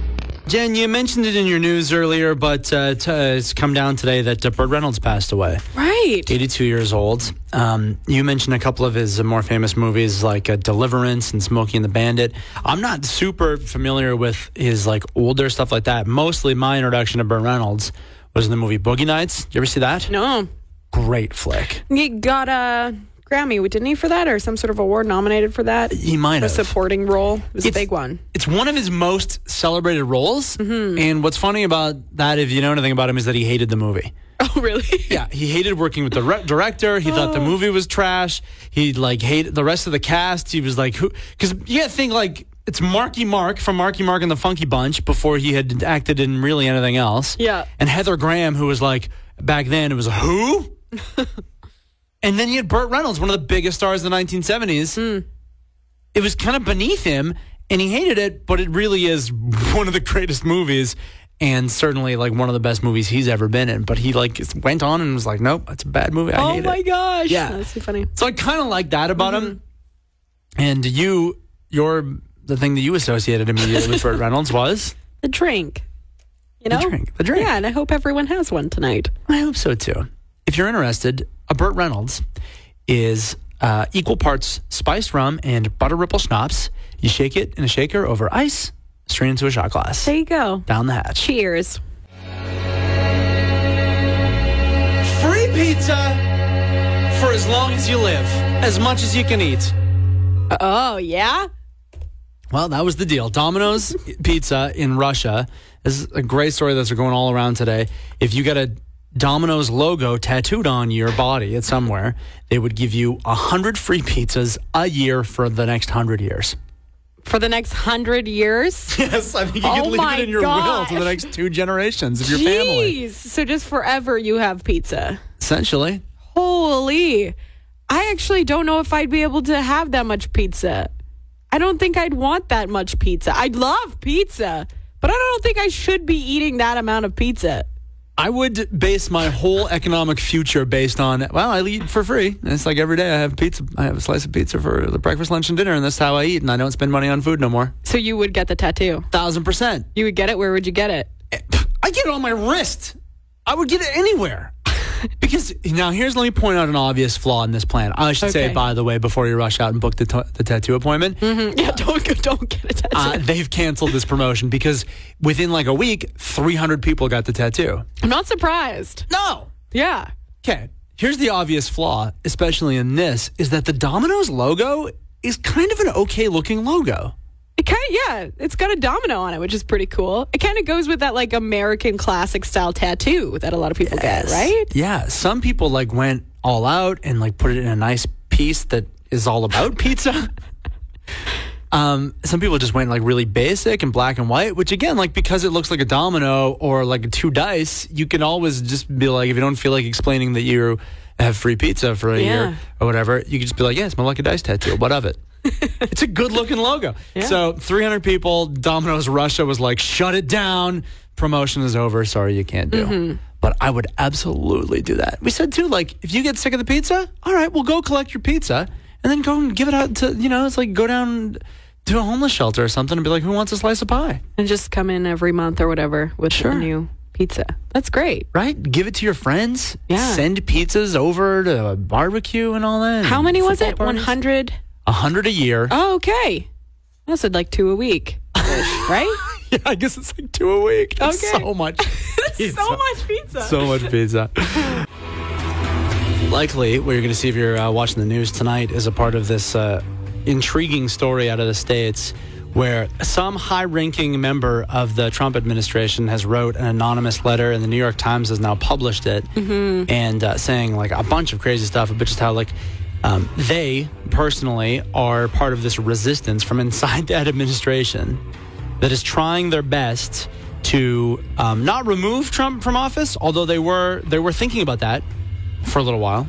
Jen, you mentioned it in your news earlier, but uh, t- uh, it's come down today that uh, Burt Reynolds passed away, Right. 82 years old. Um, you mentioned a couple of his more famous movies like uh, Deliverance and Smokey and the Bandit. I'm not super familiar with his like older stuff like that. Mostly my introduction to Burt Reynolds was in the movie Boogie Nights. You ever see that? No. Great flick. He got a Grammy, didn't he, for that, or some sort of award nominated for that? He might A have. supporting role. It was It's- a big one. It's one of his most celebrated roles. Mm-hmm. And what's funny about that, if you know anything about him, is that he hated the movie. Oh, really? Yeah, he hated working with the re- director. He thought the movie was trash. He like hated the rest of the cast. He was like, who? Because you gotta think like it's Marky Mark from Marky Mark and the Funky Bunch before he had acted in really anything else. Yeah. and Heather Graham, who was like back then, it was who. and then you had Burt Reynolds, one of the biggest stars of the 1970s. It was kind of beneath him, and he hated it. But it really is one of the greatest movies. And certainly, like one of the best movies he's ever been in. But he like went on and was like, "Nope, that's a bad movie. I Oh hate my Mm-hmm. it." gosh. Yeah. That's too funny. So I kind of like that about him. And you, your the thing that you associated immediately with Burt Reynolds was The drink. You know? drink, the drink. Yeah, and I hope everyone has one tonight. I hope so too. If you're interested, a Burt Reynolds is uh, equal parts spiced rum and butter ripple schnapps. You shake it in a shaker over ice, straight into a shot glass. There you go. Down the hatch. Cheers. Free pizza for as long as you live, as much as you can eat. Oh, yeah? Well, that was the deal. Domino's Pizza in Russia. This is a great story that's going all around today. If you got a Domino's logo tattooed on your body at somewhere, they would give you 100 free pizzas a year for the next 100 years. for the next hundred years. Yes, I think you Oh can leave my it in your will gosh. to the next two generations of your family. Jeez. So just forever you have pizza. Essentially. Holy. I actually don't know if I'd be able to have that much pizza. I don't think I'd want that much pizza. I love pizza, but I don't think I should be eating that amount of pizza. I would base my whole economic future based on well, I eat for free. And it's like every day I have pizza. I have a slice of pizza for the breakfast, lunch, and dinner, and that's how I eat. And I don't spend money on food no more. So you would get the tattoo. Thousand percent. You would get it. Where would you get it? I get it on my wrist. I would get it anywhere. Because now here's let me point out an obvious flaw in this plan. I should say Okay. by the way before you rush out and book the, t- the tattoo appointment. Yeah, don't go- don't get a tattoo. Uh, they've canceled this promotion because within like a week, 300 people got the tattoo. I'm not surprised. No. Yeah. Okay. Here's the obvious flaw, especially in this, is that the Domino's logo is kind of an okay looking logo. It kind of yeah, it's got a domino on it, which is pretty cool. It kind of goes with that like American classic style tattoo that a lot of people get, right? Yeah. Some people like went all out and like put it in a nice piece that is all about pizza. Um, some people just went like really basic and black and white, which again, like because it looks like a domino or like two dice, you can always just be like, if you don't feel like explaining that you have free pizza for a Yeah. year or whatever, you can just be like, yeah, it's my lucky dice tattoo. What of it? it's a good looking logo. So 300 people, Domino's Russia was like, shut it down. Promotion is over. Sorry, you can't do. Mm-hmm. But I would absolutely do that. We said too, like, if you get sick of the pizza, all right, well, go collect your pizza and then go and give it out to, you know, it's like go down to a homeless shelter or something and be like, who wants a slice of pie? And just come in every month or whatever with Sure. a new pizza. That's great. Right? Give it to your friends. Yeah. Send pizzas over to a barbecue and all that. How and many was football it? One parties. hundred. 100 a year. Oh, okay. I said like two a week, right? Yeah, I guess it's like two a week. That's Okay. so much. pizza. so much pizza. so much pizza. Likely, what you're going to see if you're uh, watching the news tonight is a part of this uh, intriguing story out of the states where some high-ranking member of the Trump administration has wrote an anonymous letter, and the New York Times has now published it, Mm-hmm. and uh, saying like a bunch of crazy stuff, but just how like. Um, they personally are part of this resistance from inside that administration that is trying their best to um, not remove Trump from office, although they were they were thinking about that for a little while,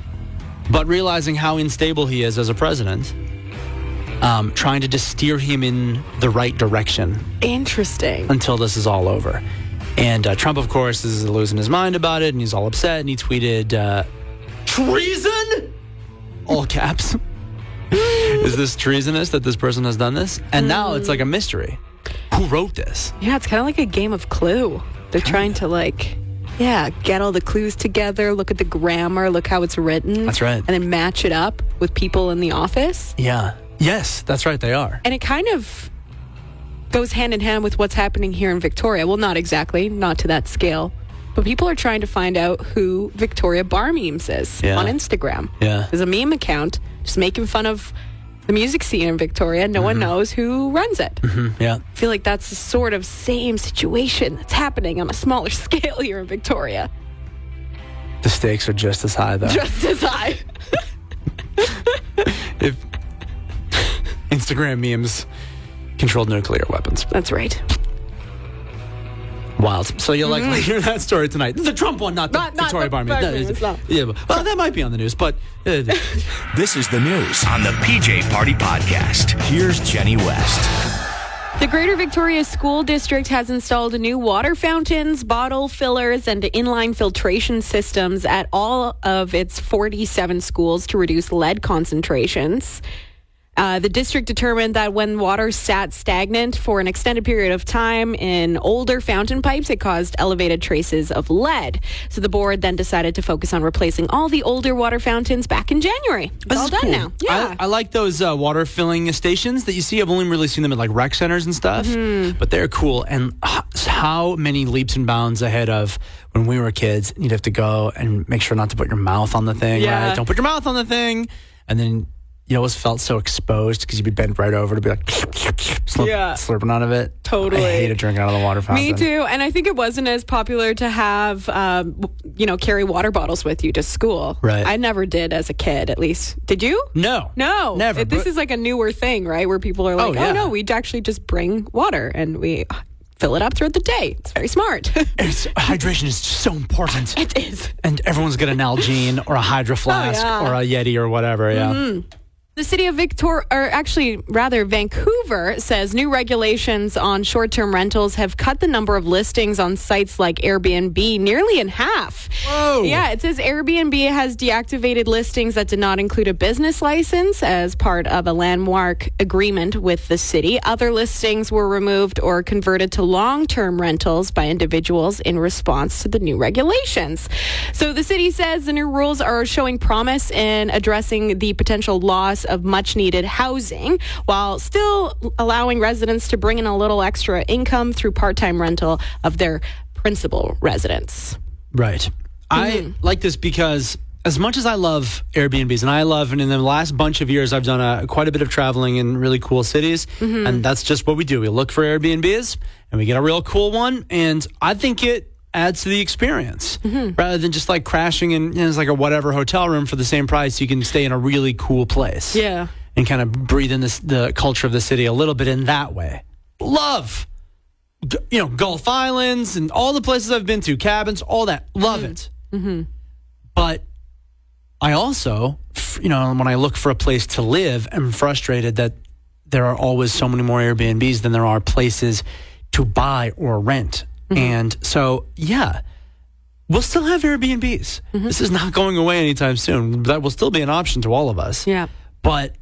but realizing how unstable he is as a president, um, trying to just steer him in the right direction Interesting. until this is all over. And uh, Trump, of course, is losing his mind about it, and he's all upset, and he tweeted, uh, "Treason!" All caps. is this treasonous that this person has done this? And now it's like a mystery. Who wrote this? Yeah, it's kind of like a game of Clue. They're trying to like, yeah, get all the clues together. Look at the grammar. Look how it's written. That's right. And then match it up with people in the office. Yeah. Yes, that's right. They are. and it kind of goes hand in hand with what's happening here in Victoria. Well, not exactly, not to that scale, but people are trying to find out who Victoria Bar Memes is Yeah. on Instagram. Yeah. There's a meme account just making fun of the music scene in Victoria. No one knows who runs it. Yeah. I feel like that's the sort of same situation that's happening on a smaller scale here in Victoria. The stakes are just as high, though. Just as I. if Instagram memes control nuclear weapons. That's right. Wild. So you'll likely hear that story tonight. The Trump one, not the Not- not Victoria the Bar meme. Bar meme, it's not. yeah, but, well, that might be on the news, but uh, This is the news on the PJ Party Podcast. Here's Jenny West. The Greater Victoria School District has installed new water fountains, bottle fillers, and inline filtration systems at all of its 47 schools to reduce lead concentrations. Uh, the district determined that when water sat stagnant for an extended period of time in older fountain pipes, it caused elevated traces of lead. So the board then decided to focus on replacing all the older water fountains back in January. It's all done cool. now. Yeah. I, I like those uh, water filling stations that you see. I've only really seen them at like rec centers and stuff, Mm-hmm. but they're cool. And h- how many leaps and bounds ahead of when we were kids? You'd have to go and make sure not to put your mouth on the thing. Yeah. Right? Don't put your mouth on the thing, and then you always felt so exposed because you'd be bent right over to be like slurp, Yeah. slurping out of it. Totally. I hated drinking out of the water fountain. Me too. And I think it wasn't as popular to have, um, w- you know, carry water bottles with you to school. Right. I never did as a kid, at least. Did you? No. No. Never. It- this But- is like a newer thing, right? Where people are like, Oh, oh, yeah. no, we actually just bring water and we fill it up throughout the day. It's very smart. It's, hydration is so important. it is. and everyone's got an Algene or a Hydro Flask Oh, yeah. Mm-hmm. or a Yeti or whatever. Yeah. The city of Victor, or actually rather Vancouver, says new regulations on short term rentals have cut the number of listings on sites like Airbnb nearly in half. Whoa. Yeah, it says Airbnb has deactivated listings that did not include a business license as part of a landmark agreement with the city. Other listings were removed or converted to long term rentals by individuals in response to the new regulations. So the city says the new rules are showing promise in addressing the potential loss of much needed housing while still allowing residents to bring in a little extra income through part time rental of their principal residence. Right. I Mm-hmm. like this because as much as I love Airbnbs and I love, and in the last bunch of years, I've done a, quite a bit of traveling in really cool cities. Mm-hmm. And that's just what we do. We look for Airbnbs and we get a real cool one. And I think it adds to the experience Mm-hmm. rather than just like crashing in, you know, it's like a whatever hotel room for the same price. You can stay in a really cool place. Yeah. And kind of breathe in this, the culture of the city a little bit in that way. Love g- you know, Gulf Islands and all the places I've been to, cabins, all that. Love it. Mm-hmm. But I also, f- you know, when I look for a place to live, am frustrated that there are always so many more Airbnbs than there are places to buy or rent. And so, yeah, we'll still have Airbnbs. This is not going away anytime soon. That will still be an option to all of us. Yeah. But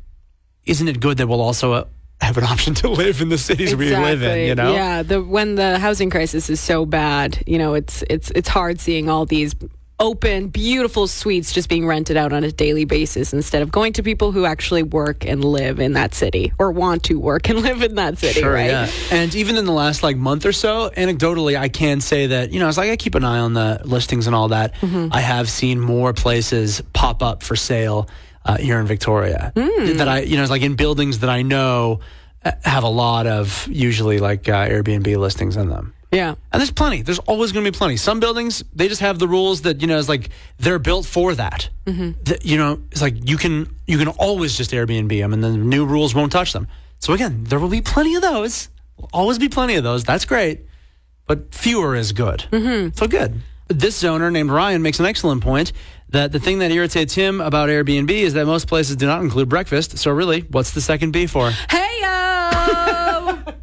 isn't it good that we'll also uh, have an option to live in the cities we live in, you know? Yeah, the when the housing crisis is so bad, you know, it's it's it's hard seeing all these open beautiful suites just being rented out on a daily basis instead of going to people who actually work and live in that city or want to work and live in that city, right? And even in the last like month or so, anecdotally, I can say that you know, it's like I keep an eye on the listings and all that. Mm-hmm. I have seen more places pop up for sale uh, here in Victoria Hmm. that I you know, it's like in buildings that I know uh, have a lot of usually like uh, Airbnb listings in them. Yeah. And there's plenty. There's always going to be plenty. Some buildings, they just have the rules that you know, it's like they're built for that. That, you know, it's like you can you can always just Airbnb them, and then the new rules won't touch them. So again, there will be plenty of those. Will Always be plenty of those. That's great, but fewer is good. Mm-hmm. So good. This owner named Ryan makes an excellent point that the thing that irritates him about Airbnb is that most places do not include breakfast. So really, what's the second B for?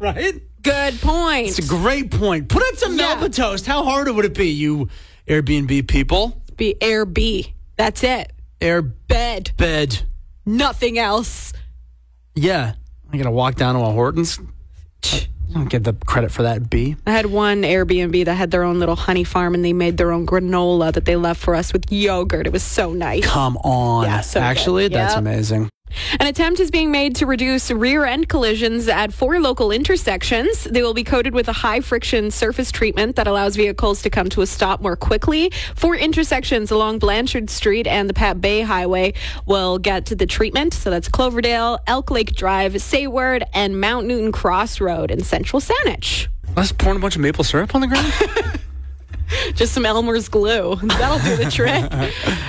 Hey Right. Good point. It's a great point. Put up some Yeah. Melba toast. How hard would it be, you Airbnb people? Be air B. That's it. Air Bed. bed. Nothing else. Yeah. I gotta walk down to a Hortons. I don't get the credit for that B. I had one Airbnb that had their own little honey farm and they made their own granola that they left for us with yogurt. It was so nice. Come on. Yeah, so good. Actually, that's Yep. amazing. An attempt is being made to reduce rear end collisions at four local intersections. They will be coated with a high friction surface treatment that allows vehicles to come to a stop more quickly. Four intersections along Blanchard Street and the Pat Bay Highway will get to the treatment. So that's Cloverdale, Elk Lake Drive, Sayward, and Mount Newton Cross Road in Central Saanich. Let's pour a bunch of maple syrup on the ground. just some Elmer's glue. That'll do the trick.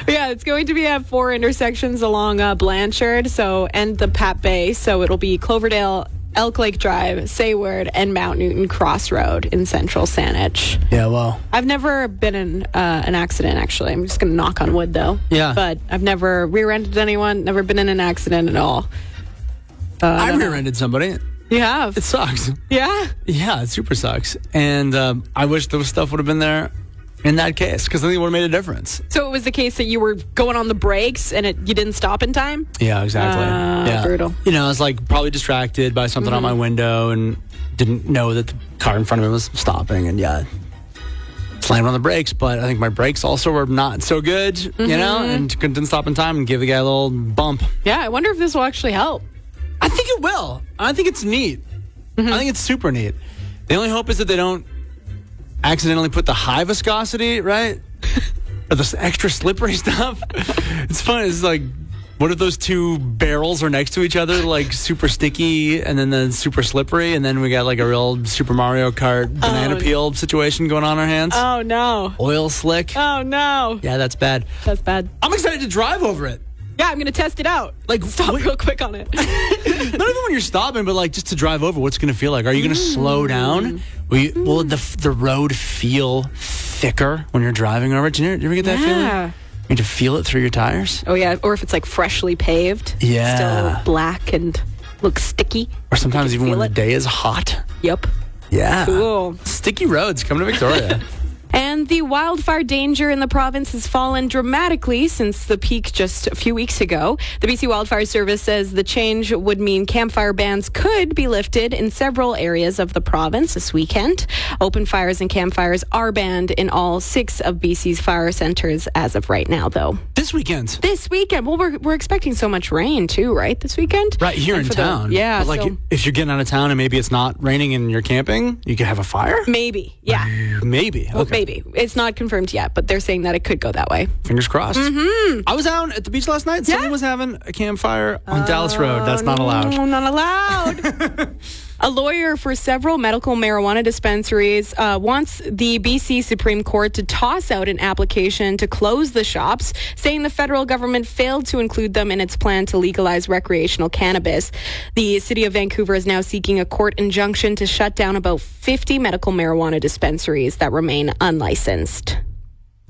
yeah, it's going to be at four intersections along uh, Blanchard, so and the Pat Bay. So it'll be Cloverdale, Elk Lake Drive, Sayward, and Mount Newton Crossroad in Central Saanich. yeah, well. I've never been in uh, an accident. Actually, I'm just going to knock on wood though. Yeah. but I've never rear-ended anyone. Never been in an accident at all. Uh, I rear ended somebody. You have, It sucks. yeah. Yeah, it super sucks. And um, I wish the stuff would have been there in that case because I think it would have made a difference. So it was the case that you were going on the brakes and it you didn't stop in time. Yeah, exactly. Ah, yeah. brutal. Mm-hmm. You know, I was like probably distracted by something on my window and didn't know that the car in front of me was stopping and yeah. Slammed on the brakes, but I think my brakes also were not so good, you know, Mm-hmm. and couldn't didn't stop in time and give the guy a little bump. Yeah, I wonder if this will actually help. I think it will. I think it's neat. Mm-hmm. I think it's super neat. The only hope is that they don't accidentally put the high viscosity, right? or the s- extra slippery stuff. it's fun. It's like What if those two barrels are next to each other, like super sticky and then the super slippery, and then we got like a real Super Mario Kart banana Oh. peel situation going on in our hands? Oh no. Oil slick. Oh no. Yeah, that's bad. That's bad. I'm excited to drive over it. Yeah, I'm gonna test it out. Like, stop wait- real quick on it. Not even when you're stopping, but like just to drive over, what's it gonna feel like? Are you gonna Mm. slow down? Will, you, will the the road feel thicker when you're driving over it? Do you, ever- do you ever get that Yeah. feeling? You need to feel it through your tires, oh yeah, or if it's like freshly paved. Yeah. Still black and looks sticky. or sometimes even when feel the it. day is hot. Yep. Yeah, Cool. sticky roads. Come to Victoria. And the wildfire danger in the province has fallen dramatically since the peak just a few weeks ago. The BC Wildfire Service says the change would mean campfire bans could be lifted in several areas of the province this weekend. Open fires and campfires are banned in all six of BC's fire centers as of right now, though. this weekend, This weekend, well, we're, we're expecting so much rain too, right? This weekend? right here And in for the- town. yeah. But, like so if you're getting out of town and maybe it's not raining and you're camping, you could have a fire. maybe. Yeah. Maybe. Mm. Well, okay. maybe. It's not confirmed yet, but they're saying that it could go that way. Fingers crossed. Mm-hmm. I was out at the beach last night. Someone was having a campfire on Dallas Road. That's Oh, not allowed. No, not allowed. A lawyer for several medical marijuana dispensaries uh, wants the BC Supreme Court to toss out an application to close the shops, saying the federal government failed to include them in its plan to legalize recreational cannabis. The city of Vancouver is now seeking a court injunction to shut down about 50 medical marijuana dispensaries that remain unlicensed.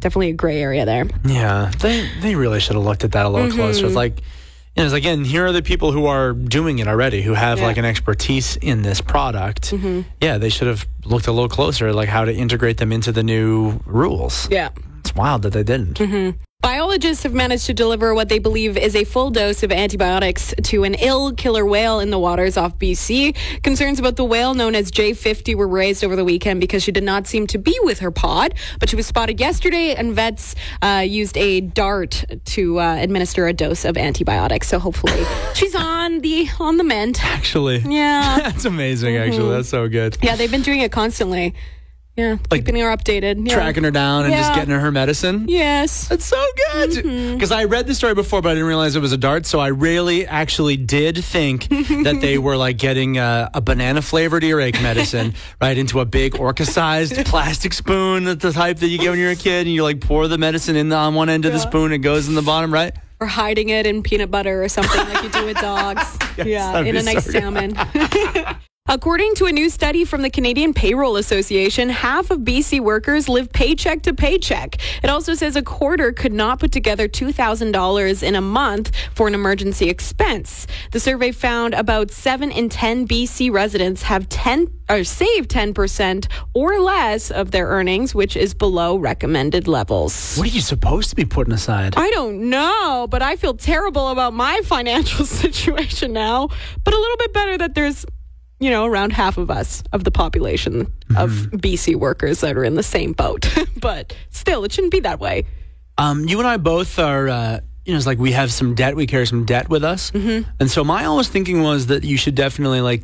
Definitely a gray area there. Yeah, they they really should have looked at that a Mm-hmm. little closer. It's like, you know, it's again, here are the people who are doing it already, who have like an expertise in this product. Mm-hmm. Yeah, they should have looked a little closer, at, like how to integrate them into the new rules. Yeah. Mm-hmm. It's wild that they didn't. Biologists have managed to deliver what they believe is a full dose of antibiotics to an ill killer whale in the waters off BC. Concerns about the whale known as J50 were raised over the weekend because she did not seem to be with her pod, but she was spotted yesterday, and vets uh, used a dart to uh, administer a dose of antibiotics. So hopefully, she's on the on the mend. Actually, Yeah, Mm-hmm. that's amazing. Actually, that's so good. yeah, they've been doing it constantly. Yeah, Like keeping her updated. Yeah. Tracking her down and just Yeah. getting her her medicine. Yes. That's so good. Because I read the story before, but I didn't realize it was a dart. So I really actually did think that they were like getting a, a banana flavored earache medicine right into a big orca sized plastic spoon, that's the type that you get when you're a kid, and you like pour the medicine in the, on one end of the spoon, it goes in the bottom, right? or hiding it in peanut butter or something like you do with dogs. yeah, that'd in be a nice so good. salmon. According to a new study from the Canadian Payroll Association, half of BC workers live paycheck to paycheck. It also says a quarter could not put together $2,000 in a month for an emergency expense. The survey found about 7 in 10 BC residents have 10 or save 10% or less of their earnings, which is below recommended levels. What are you supposed to be putting aside? I don't know, but I feel terrible about my financial situation now. But a little bit better that there's, you know, around half of us of the population of BC workers that are in the same boat. but still, it shouldn't be that way. Um, you and I both are. Uh, you know, it's like we have some debt. We carry some debt with us, mm-hmm. and so my always thinking was that you should definitely like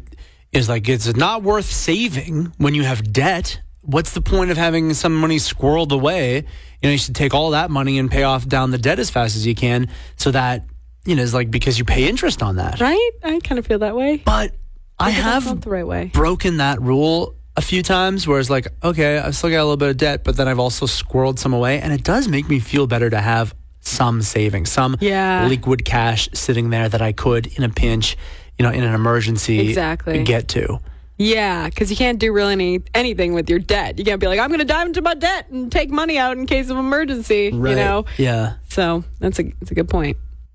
is like it's not worth saving when you have debt. What's the point of having some money squirreled away? You know, you should take all that money and pay off down the debt as fast as you can, so that you know, it's like because you pay interest on that. Right? I kind of feel that way. But I That's have not the right way. broken that rule a few times where it's like, okay, I've still got a little bit of debt, but then I've also squirreled some away. And it does make me feel better to have some savings, some Yeah. liquid cash sitting there that I could, in a pinch, you know, in an emergency, Exactly. get to. Yeah, because you can't do really any, anything with your debt. You can't be like, I'm going to dive into my debt and take money out in case of emergency, you know? Yeah. So that's a, that's a good point.